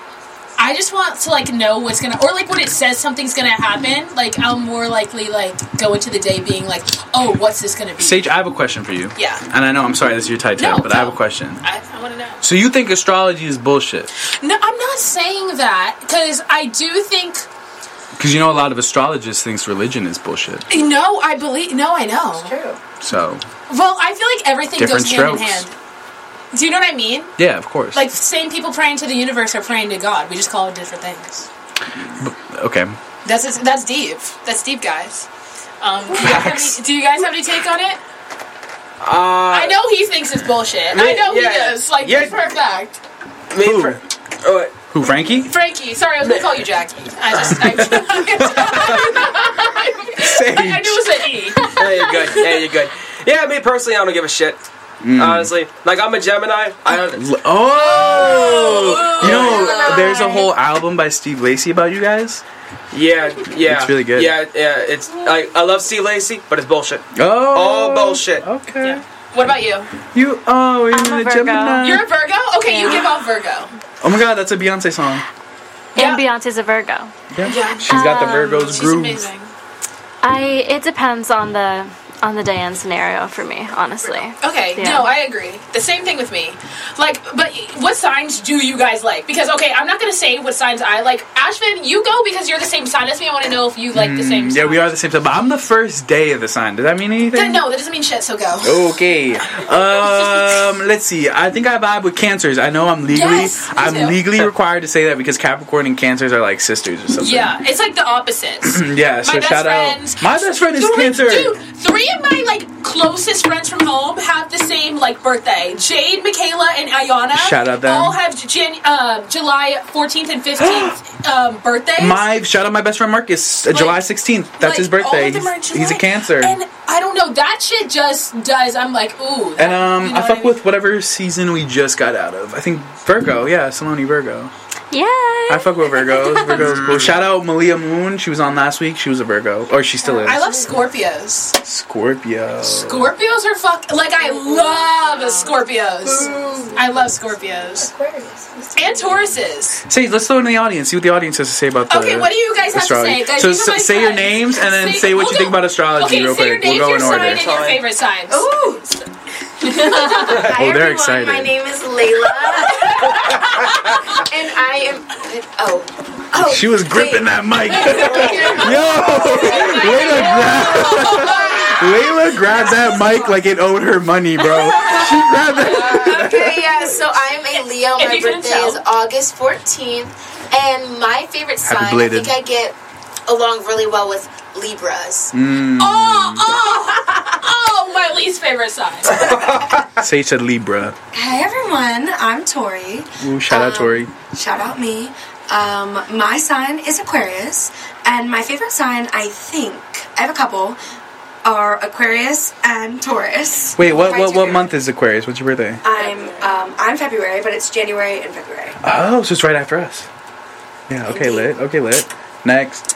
I just want to like know what's gonna, or like when it says something's gonna happen, like I'll more likely like go into the day being like, oh, what's this gonna be? Sage, I have a question for you. Yeah. And I know I'm sorry this is your tight No, tip, but I have a no. question. I, I want to know. So you think astrology is bullshit? No, I'm not saying that because I do think Because you know a lot of astrologists thinks religion is bullshit. No, I believe. No, I know. So Well, I feel like everything Different goes hand in strokes. hand. Do you know what I mean? yeah, of course. Like same people praying to the universe are praying to God. We just call it different things. okay. That's that's deep. That's deep, guys. Um, do, you guys have Facts. any, do you guys have any take on it? Uh, I know he thinks it's bullshit. I mean, know he yeah. does. Like Yeah. for a fact. I mean, for, uh, Who, Frankie? Frankie, sorry, I was gonna call you Jackie. I just I, I, knew it was an E. there you go. There you go. Yeah, me personally, I don't give a shit. Mm. Honestly, like I'm a Gemini. I don't. L- Oh, you know, there's a whole album by Steve Lacy about you guys. Yeah, yeah. It's really good. Yeah, yeah. It's like I love C. Lacey, but it's bullshit. Oh, All bullshit. Okay, Yeah. What about you? you. Oh, you're I'm a a Virgo. Gemini. You're a Virgo? Okay, you Yeah. give off Virgo. oh my God, that's a Beyonce song. Yeah. And Beyonce's a Virgo. Yeah. She's got the Virgo's She's groove. amazing. I it depends on the on the day and scenario for me, honestly. Okay, Yeah. no, I agree. The same thing with me. Like, but what signs do you guys like? Because okay, I'm not gonna say what signs I like. Ashvin, you go because you're the same sign as me. I want to know if you like the same. Mm, yeah, sign. we are the same time. But I'm the first day of the sign. Does that mean Th- anything? no, that doesn't mean shit. So go. Okay. Um, let's see. I think I vibe with cancers. I know I'm legally Yes, me I'm too. legally required to say that because Capricorn and cancers are like sisters or something. Yeah, it's like the opposites. Yeah, so my best shout friends. out. My best friend is Dude, Cancer. Dude, three of my like closest friends from home have the same like birthday. Jade, Michaela, and Ayana. Shout out them. All have Jan- uh, July 14th and 15th um, birthdays. My shout out my best friend Marcus, uh, Like- July 16th. That's Like, his all birthday. of them are in He's, he's a July. Cancer. And I don't know. That shit just does. I'm like, ooh. that- And um, you know I what fuck mean? with whatever season we just got out of. I think Virgo, yeah, Saloni Virgo. Yay! I fuck with Virgos. Virgos cool. Shout out Malia Moon. She was on last week. She was a Virgo, or she still is. Uh, I love Scorpios. Scorpio. Scorpios are fuck. Like I love Scorpios. I love Scorpios and Tauruses. Say, let's throw it in the audience. See what the audience has to say about the Okay, what do you guys have astrology. to say? Guys, so these are so- my say your friends. names and then say, what we'll you think do- about astrology okay, real say your quick. We'll names, go your in sign, order. and your favorite signs. Ooh, Oh, they're excited. My name is Layla. and I am. Oh. Oh. She was gripping that mic. Yo, Layla, grab, Layla grabbed that mic like it owed her money, bro. She grabbed that. Okay, yeah, so I'm a Leo. If My you couldn't birthday tell. is August 14th. And my favorite Happy sign, I belated. think I get along really well with Libras. Mm. oh, oh, oh, my least favorite sign. Say said Libra. Hi everyone, I'm Tori. Ooh, shout out Um, Tori. Shout out me. Um, my sign is Aquarius, and my favorite sign, I think, I have a couple, are Aquarius and Taurus. Wait, what Mine's what your what favorite. month is Aquarius? What's your birthday? I'm um, I'm February, but it's January and February. Oh, so it's right after us. Yeah. Okay, lit. Okay, lit. Next.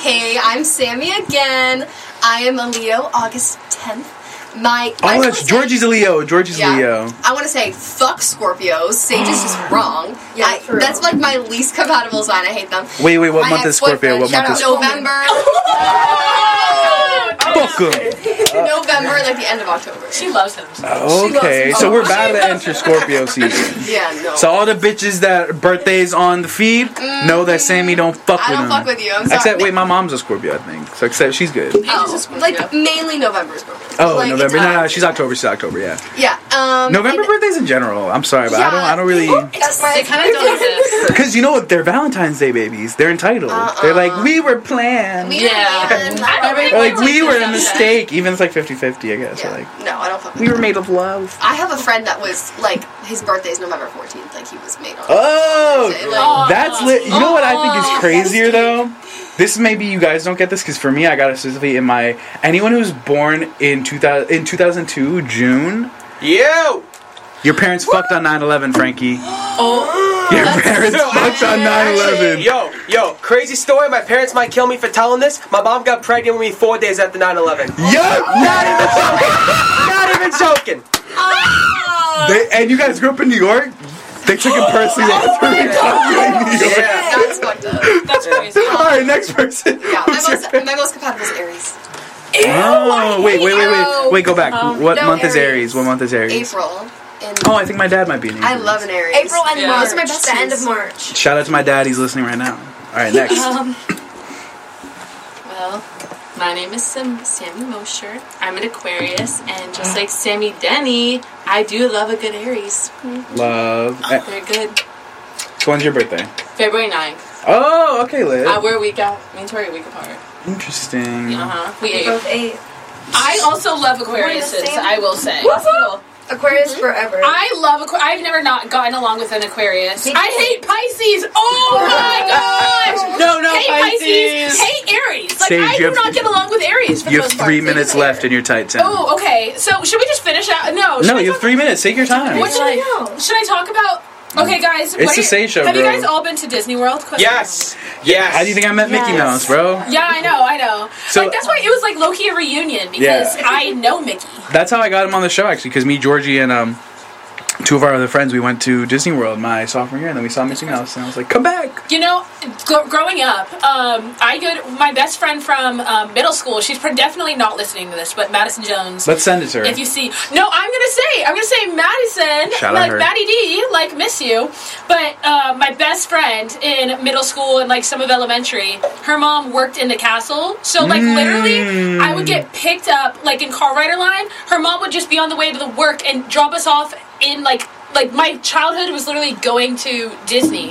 Hey, I'm Sammy again. I am a Leo, August 10th. My Oh, that's Georgie's a Leo. Georgie's a Leo. I want to say fuck Scorpios. Sage is just wrong. Yeah, that's like my least compatible sign. I hate them. Wait, wait. What month is Scorpio? What month is November. Fuck 'em. November, like the end of October. She loves him. Okay, loves- so we're oh, about she to loves- enter Scorpio season. Yeah, no. So all the bitches that birthdays on the feed know that Sammy don't fuck Mm. I with don't him. fuck with you. I'm sorry. Except wait, my mom's a Scorpio, I think. So except she's good. Oh, like mainly November's birthday. Oh, Like, November. it's, No, no, uh, she's October. She's October. Yeah. Yeah. Um, November and- birthdays in general. I'm sorry, but I don't. I don't really. That's my. They kind of don't exist. Because you know what? They're Valentine's Day babies. They're entitled. They're Uh-uh. like we were planned. We Yeah. don't even- I don't think Or like we we were were a together. mistake. Even it's like 50-50, I guess. Yeah. Or like No, I don't fuck with we were made of love. I have a friend that was like his birthday's November 14th. Like he was made on. Oh, Say, like- that's lit. You know what I think is crazier though? This maybe you guys don't get this because for me, I got it specifically in my anyone who's born in 2000 in 2002 June. You. Your parents fucked on 9/11, Frankie. Oh, your parents Yo, fucked on 9/11. Yo, yo, crazy story. My parents might kill me for telling this. My mom got pregnant with me four days after 9 11. Yup. Not even joking. Not even joking. They- And you guys grew up in New York. They took it personally. That's really popular in New York. Yeah. That's fucked up. That's crazy. All right, next person. Yeah, my What's your- most, my most compatible is Aries. Oh, wait, wait, wait, wait, wait. Go back. Um, what no, month is Aries. Aries? What month is Aries? April. And Oh, I think my dad might be an Aries. I love an Aries. April and Yeah. March. Those are my best the end of March. Shout out to my dad. He's listening right now. All right, next. Um, Well, my name is Sam- Sammy Mosher. I'm an Aquarius, and just like Sammy Denny, I do love a good Aries. Love. Eh, They're good. So when's your birthday? February 9th. Oh, okay, Liz. Uh, we're a week out. Me and Tori are a week apart. Interesting. Uh huh. We We ate. both Both ate. I also love Aquariuses. I will say. That's cool. Aquarius forever. I love Aquarius. I've never not gotten along with an Aquarius. I hate Pisces. Oh my gosh! No, no, hate Pisces. Hate Aries. Like Sage, I you do have- not get along with Aries for You the have most part. three minutes left in your tight ten. Oh, okay. So should we just finish out? No. should no, we you have three minutes. Take your time. What should I know? Should I talk about? Okay, guys. It's what are the you- Sage Show, Have you bro. guys all been to Disney World? Question. Yes. Yes. How do you think I met Mickey Yes. Mouse, bro? Yeah, I know, I know. So- like that's why it was like Loki a reunion because Yeah. I know Mickey. That's how I got him on the show actually, because me, Georgie, and um, two of our other friends, we went to Disney World my sophomore year, and then we saw Mickey Mouse, and I was like, "Come back!" You know, gr- growing up, um, I could my best friend from um, middle school. She's pro- definitely not listening to this, but Madison Jones. Let's send it to her. If you see, no, I'm gonna say, I'm gonna say Madison, Shout out like her. Maddie D, like miss you. But uh, my best friend in middle school and like some of elementary, her mom worked in the castle, so like literally, I would get picked up like in car rider line. Her mom would just be on the way to the work and drop us off in like. Like my childhood was literally going to Disney,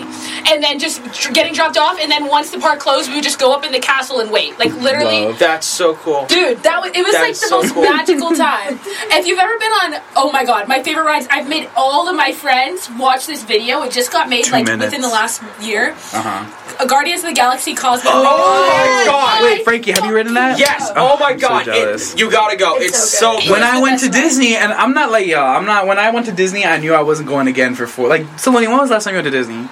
and then just tr- getting dropped off, and then once the park closed, we would just go up in the castle and wait. Like literally, That's so cool. Dude, that was it was That like is the so most cool. magical time. if you've ever been on oh my god, my favorite rides, I've made all of my friends watch this video. It just got made Two like minutes. within the last year. Uh huh. A Guardians of the Galaxy Cosmic Oh, Rainbow. my god! Wait, Frankie, have you written that? Yes. Oh, my God, it- you gotta go. It's, so, good. When I went to Disney, and I'm not like y'all. I'm not. When I went to Disney, I knew I wasn't going again for four. Like, Selene, when was the last time you went to Disney?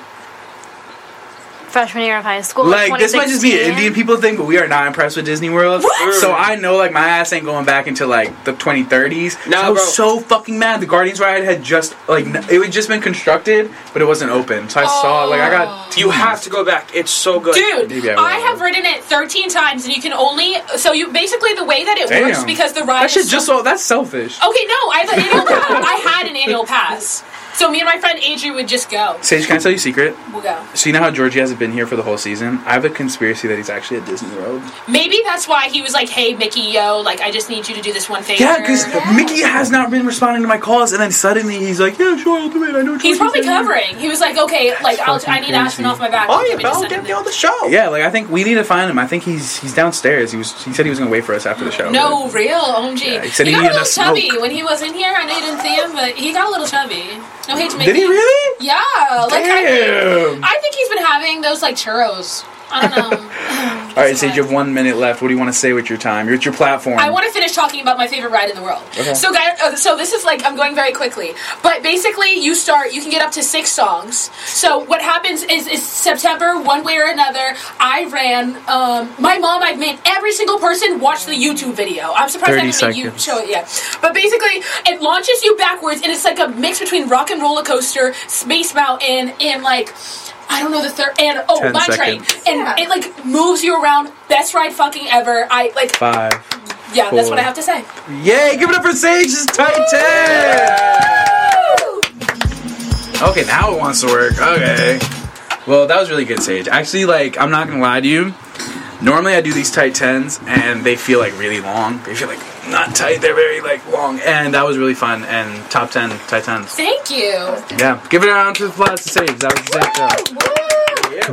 Freshman year of high school. like, this might just be an 2016. Indian people thing, but we are not impressed with Disney World. What? So I know, like, my ass ain't going back until like the 2030s. Nah, so I was bro. so fucking mad. The Guardians ride had just like n- it had just been constructed, but it wasn't open. So I saw like I got. You have to go back. It's so good. Dude, Maybe I will. I have ridden it 13 times and you can only so you basically the way that it Damn. works because the ride That shit is Oh. just so that's selfish. Okay, no, I have an annual pass. I had an annual pass. So me and my friend Adri would just go. Sage, can I tell you a secret? We'll go. So you know how Georgie hasn't been here for the whole season? I have a conspiracy that he's actually at Disney World. Maybe that's why he was like, "Hey, Mickey, yo, like, I just need you to do this one favor." Yeah, because Mickey has not been responding to my calls, and then suddenly he's like, "Yeah, sure, I'll do it. I know." he's Georgie's probably been here." covering. He was like, "Okay, like, I'll, I need Ashman off my back." Oh, yeah, I'll bro, give me all the show. Yeah, like I think we need to find him. I think he's he's downstairs. He was he said he was gonna wait for us after the show. No, real, OMG. he said he got a needed little a smoke. chubby when he was in here. I know you didn't see him, but he got a little chubby. No hate to make Did he it. really? Yeah, like I think, Damn. I think he's been having those like churros. I don't know. All right, Sage, you have one minute left. What do you want to say with your time? You're at your platform. I want to finish talking about my favorite ride in the world. Okay. So, guys, uh, so this is like I'm going very quickly, but basically, you start. You can get up to six songs. So, what happens is, is September, one way or another, I ran. Um, my mom, I've made every single person watch the YouTube video. I'm surprised I 30 haven't made you seconds. show it yet. But basically, it launches you backwards, and it's like a mix between Rock and Roller Coaster, Space Mountain, and like. I don't know the third and oh 10 my train seconds. and it like moves you around best ride fucking ever I like Five. yeah, that's what I Cool. have to say. Yay! Give it up for Sage's Titan. Okay, now it wants to work. Okay. Well, that was really good, Sage. Actually, like I'm not gonna lie to you. Normally, I do these tight tens, and they feel like really long. They feel like not tight. They're very like long, and that was really fun. And top ten tight tens. Thank you. Yeah, give it a round of applause to Sage. That was the Sage show.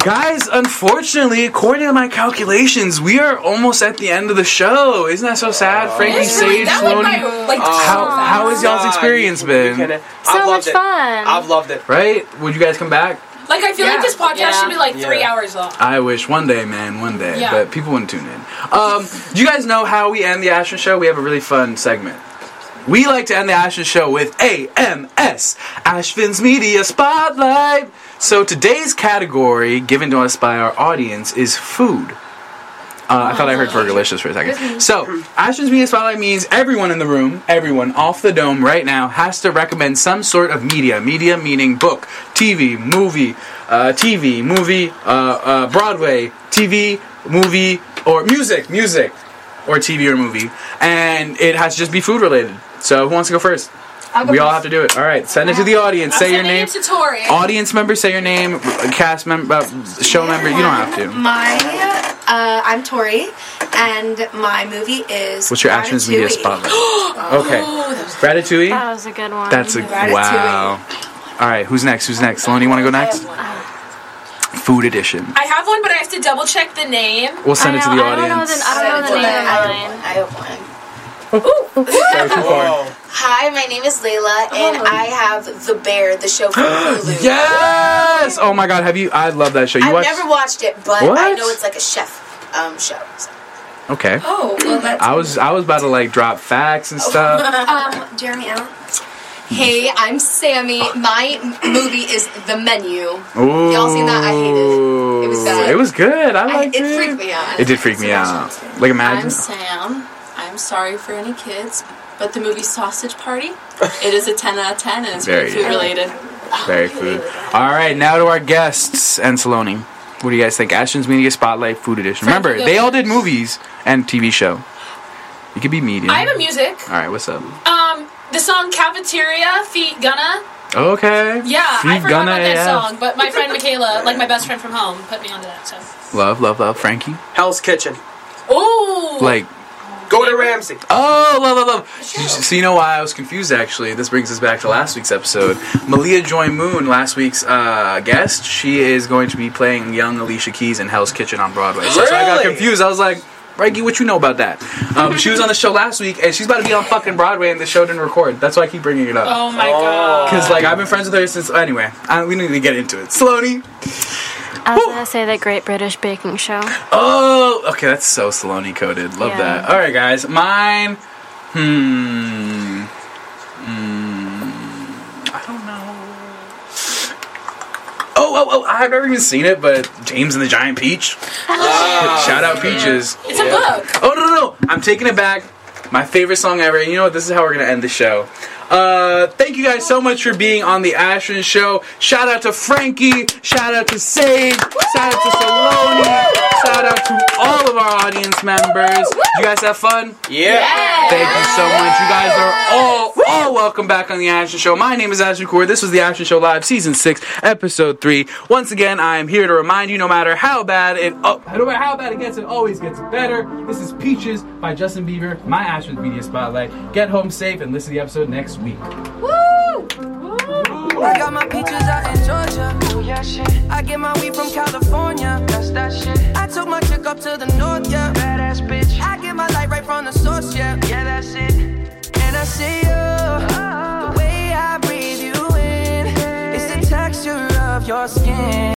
Guys, unfortunately, according to my calculations, we are almost at the end of the show. Isn't that so sad? Frankie, It's really- Sage, that went Sloan, by, like, how, so how has fast. y'all's experience been? So I've loved much it. fun. I've loved it. Right? Would you guys come back? Like I feel like this podcast Yeah. should be like three Yeah. hours long. I wish one day, man, one day. Yeah. But people wouldn't tune in. Um, do you guys know how we end the Ashton Show? We have a really fun segment. We like to end the Ashton Show with AMS, Ashfin's Media Spotlight. So today's category given to us by our audience is food. Uh, I thought I heard Fergalicious for a second. So, Ashton's Media Spotlight means everyone in the room, everyone off the dome right now, has to recommend some sort of media. Media meaning book, TV, movie, uh, TV, movie, uh, uh, Broadway, TV, movie, or music, music, or TV or movie. And it has to just be food related. So, who wants to go first? I'll go we all first. Uh, have to do it. All right, send it to the audience. I'm Say your sending name. it to Tori. Audience member, say your name. Cast member, uh, show member. You don't have to. My, uh, I'm Tori, and my movie is. What's your Actions Media Spotlight? okay. Ratatouille? That was a good one. That's a wow. All right, who's next? Who's next? Sloan, you want to go next? Food edition. I have one, but I have to double check the name. We'll send it to the I don't know audience. the, I don't know the name of mine. I have one. Sorry, too far. Hi, my name is Layla, and I have The Bear, the show from Hulu. yes! Oh my god, have you? I love that show. You I've watched? never watched it, but I What? know it's like a chef um, show. so. Okay. Oh, well, that's I was I was about to like drop facts and stuff. Um, Jeremy Allen. Hey, I'm Sammy. My movie is The Menu. Ooh. Y'all seen that? I hate it. It was bad. It was good. I liked it it. freaked me out. It did freak me out. Like I'm imagine. Sam. I'm sorry for any kids, but the movie Sausage Party, it is a 10 out of 10 and it's Very really food good. related. Very food. All right, now to our guests and Saloni. What do you guys think? Ashton's Media Spotlight Food Edition. Remember, they all did movies and TV show. You could be media. I have a music. All right, what's up? Um, the song Cafeteria, Feet Gunna. Okay. Yeah, I Feed forgot Gunna about that AF. song, but my friend Michaela, like my best friend from home, put me onto that. So, Love, love, love. Frankie. Hell's Kitchen. ooh, Like, Go to Ramsey. oh, love, love, love. So you know why I was confused? Actually, this brings us back to last week's episode. Malia Joy Moon, last week's uh, guest, she is going to be playing young Alicia Keys in Hell's Kitchen on Broadway. So, so I got Really? confused. I was like. Reggie, what you know about that? Um, she was on the show last week, and she's about to be on fucking Broadway, and the show didn't record. That's why I keep bringing it up. oh my god. Because like I've been friends with her since anyway. I, we need to get into it. Saloni. I was gonna say that Great British Baking Show. Oh, okay, that's so Saloni coded. Love Yeah. that. All right, guys, mine. Hmm. Hmm. I don't know. Oh, oh, oh! I've never even seen it, but James and the Giant Peach. Shout out Peaches. It's a book. Oh no, no, no! I'm taking it back. My favorite song ever. You know what? This is how we're gonna end the show. Uh, thank you guys so much for being on the Ashton Show. Shout out to Frankie. Shout out to Sage. Shout out to Saloni. Shout out to all of our audience members. You guys have fun. Yeah. Thank you so much. You guys are all all welcome back on the Ashton Show. My name is Ashton Kaur. This was the Ashton Show Live, Season Six, Episode Three. Once again, I am here to remind you, no matter how bad it. Oh, No matter how bad it gets, it always gets better. This is Peaches by Justin Bieber, my Ashford Media Spotlight. Get home safe and listen to the episode next week. I got my peaches out in Georgia. Oh yeah, shit. I get my weed from California. That's that shit. I took my chick up to the north, yeah. Badass bitch. I get my light right from the source, yeah. Yeah, that's it. And I see you.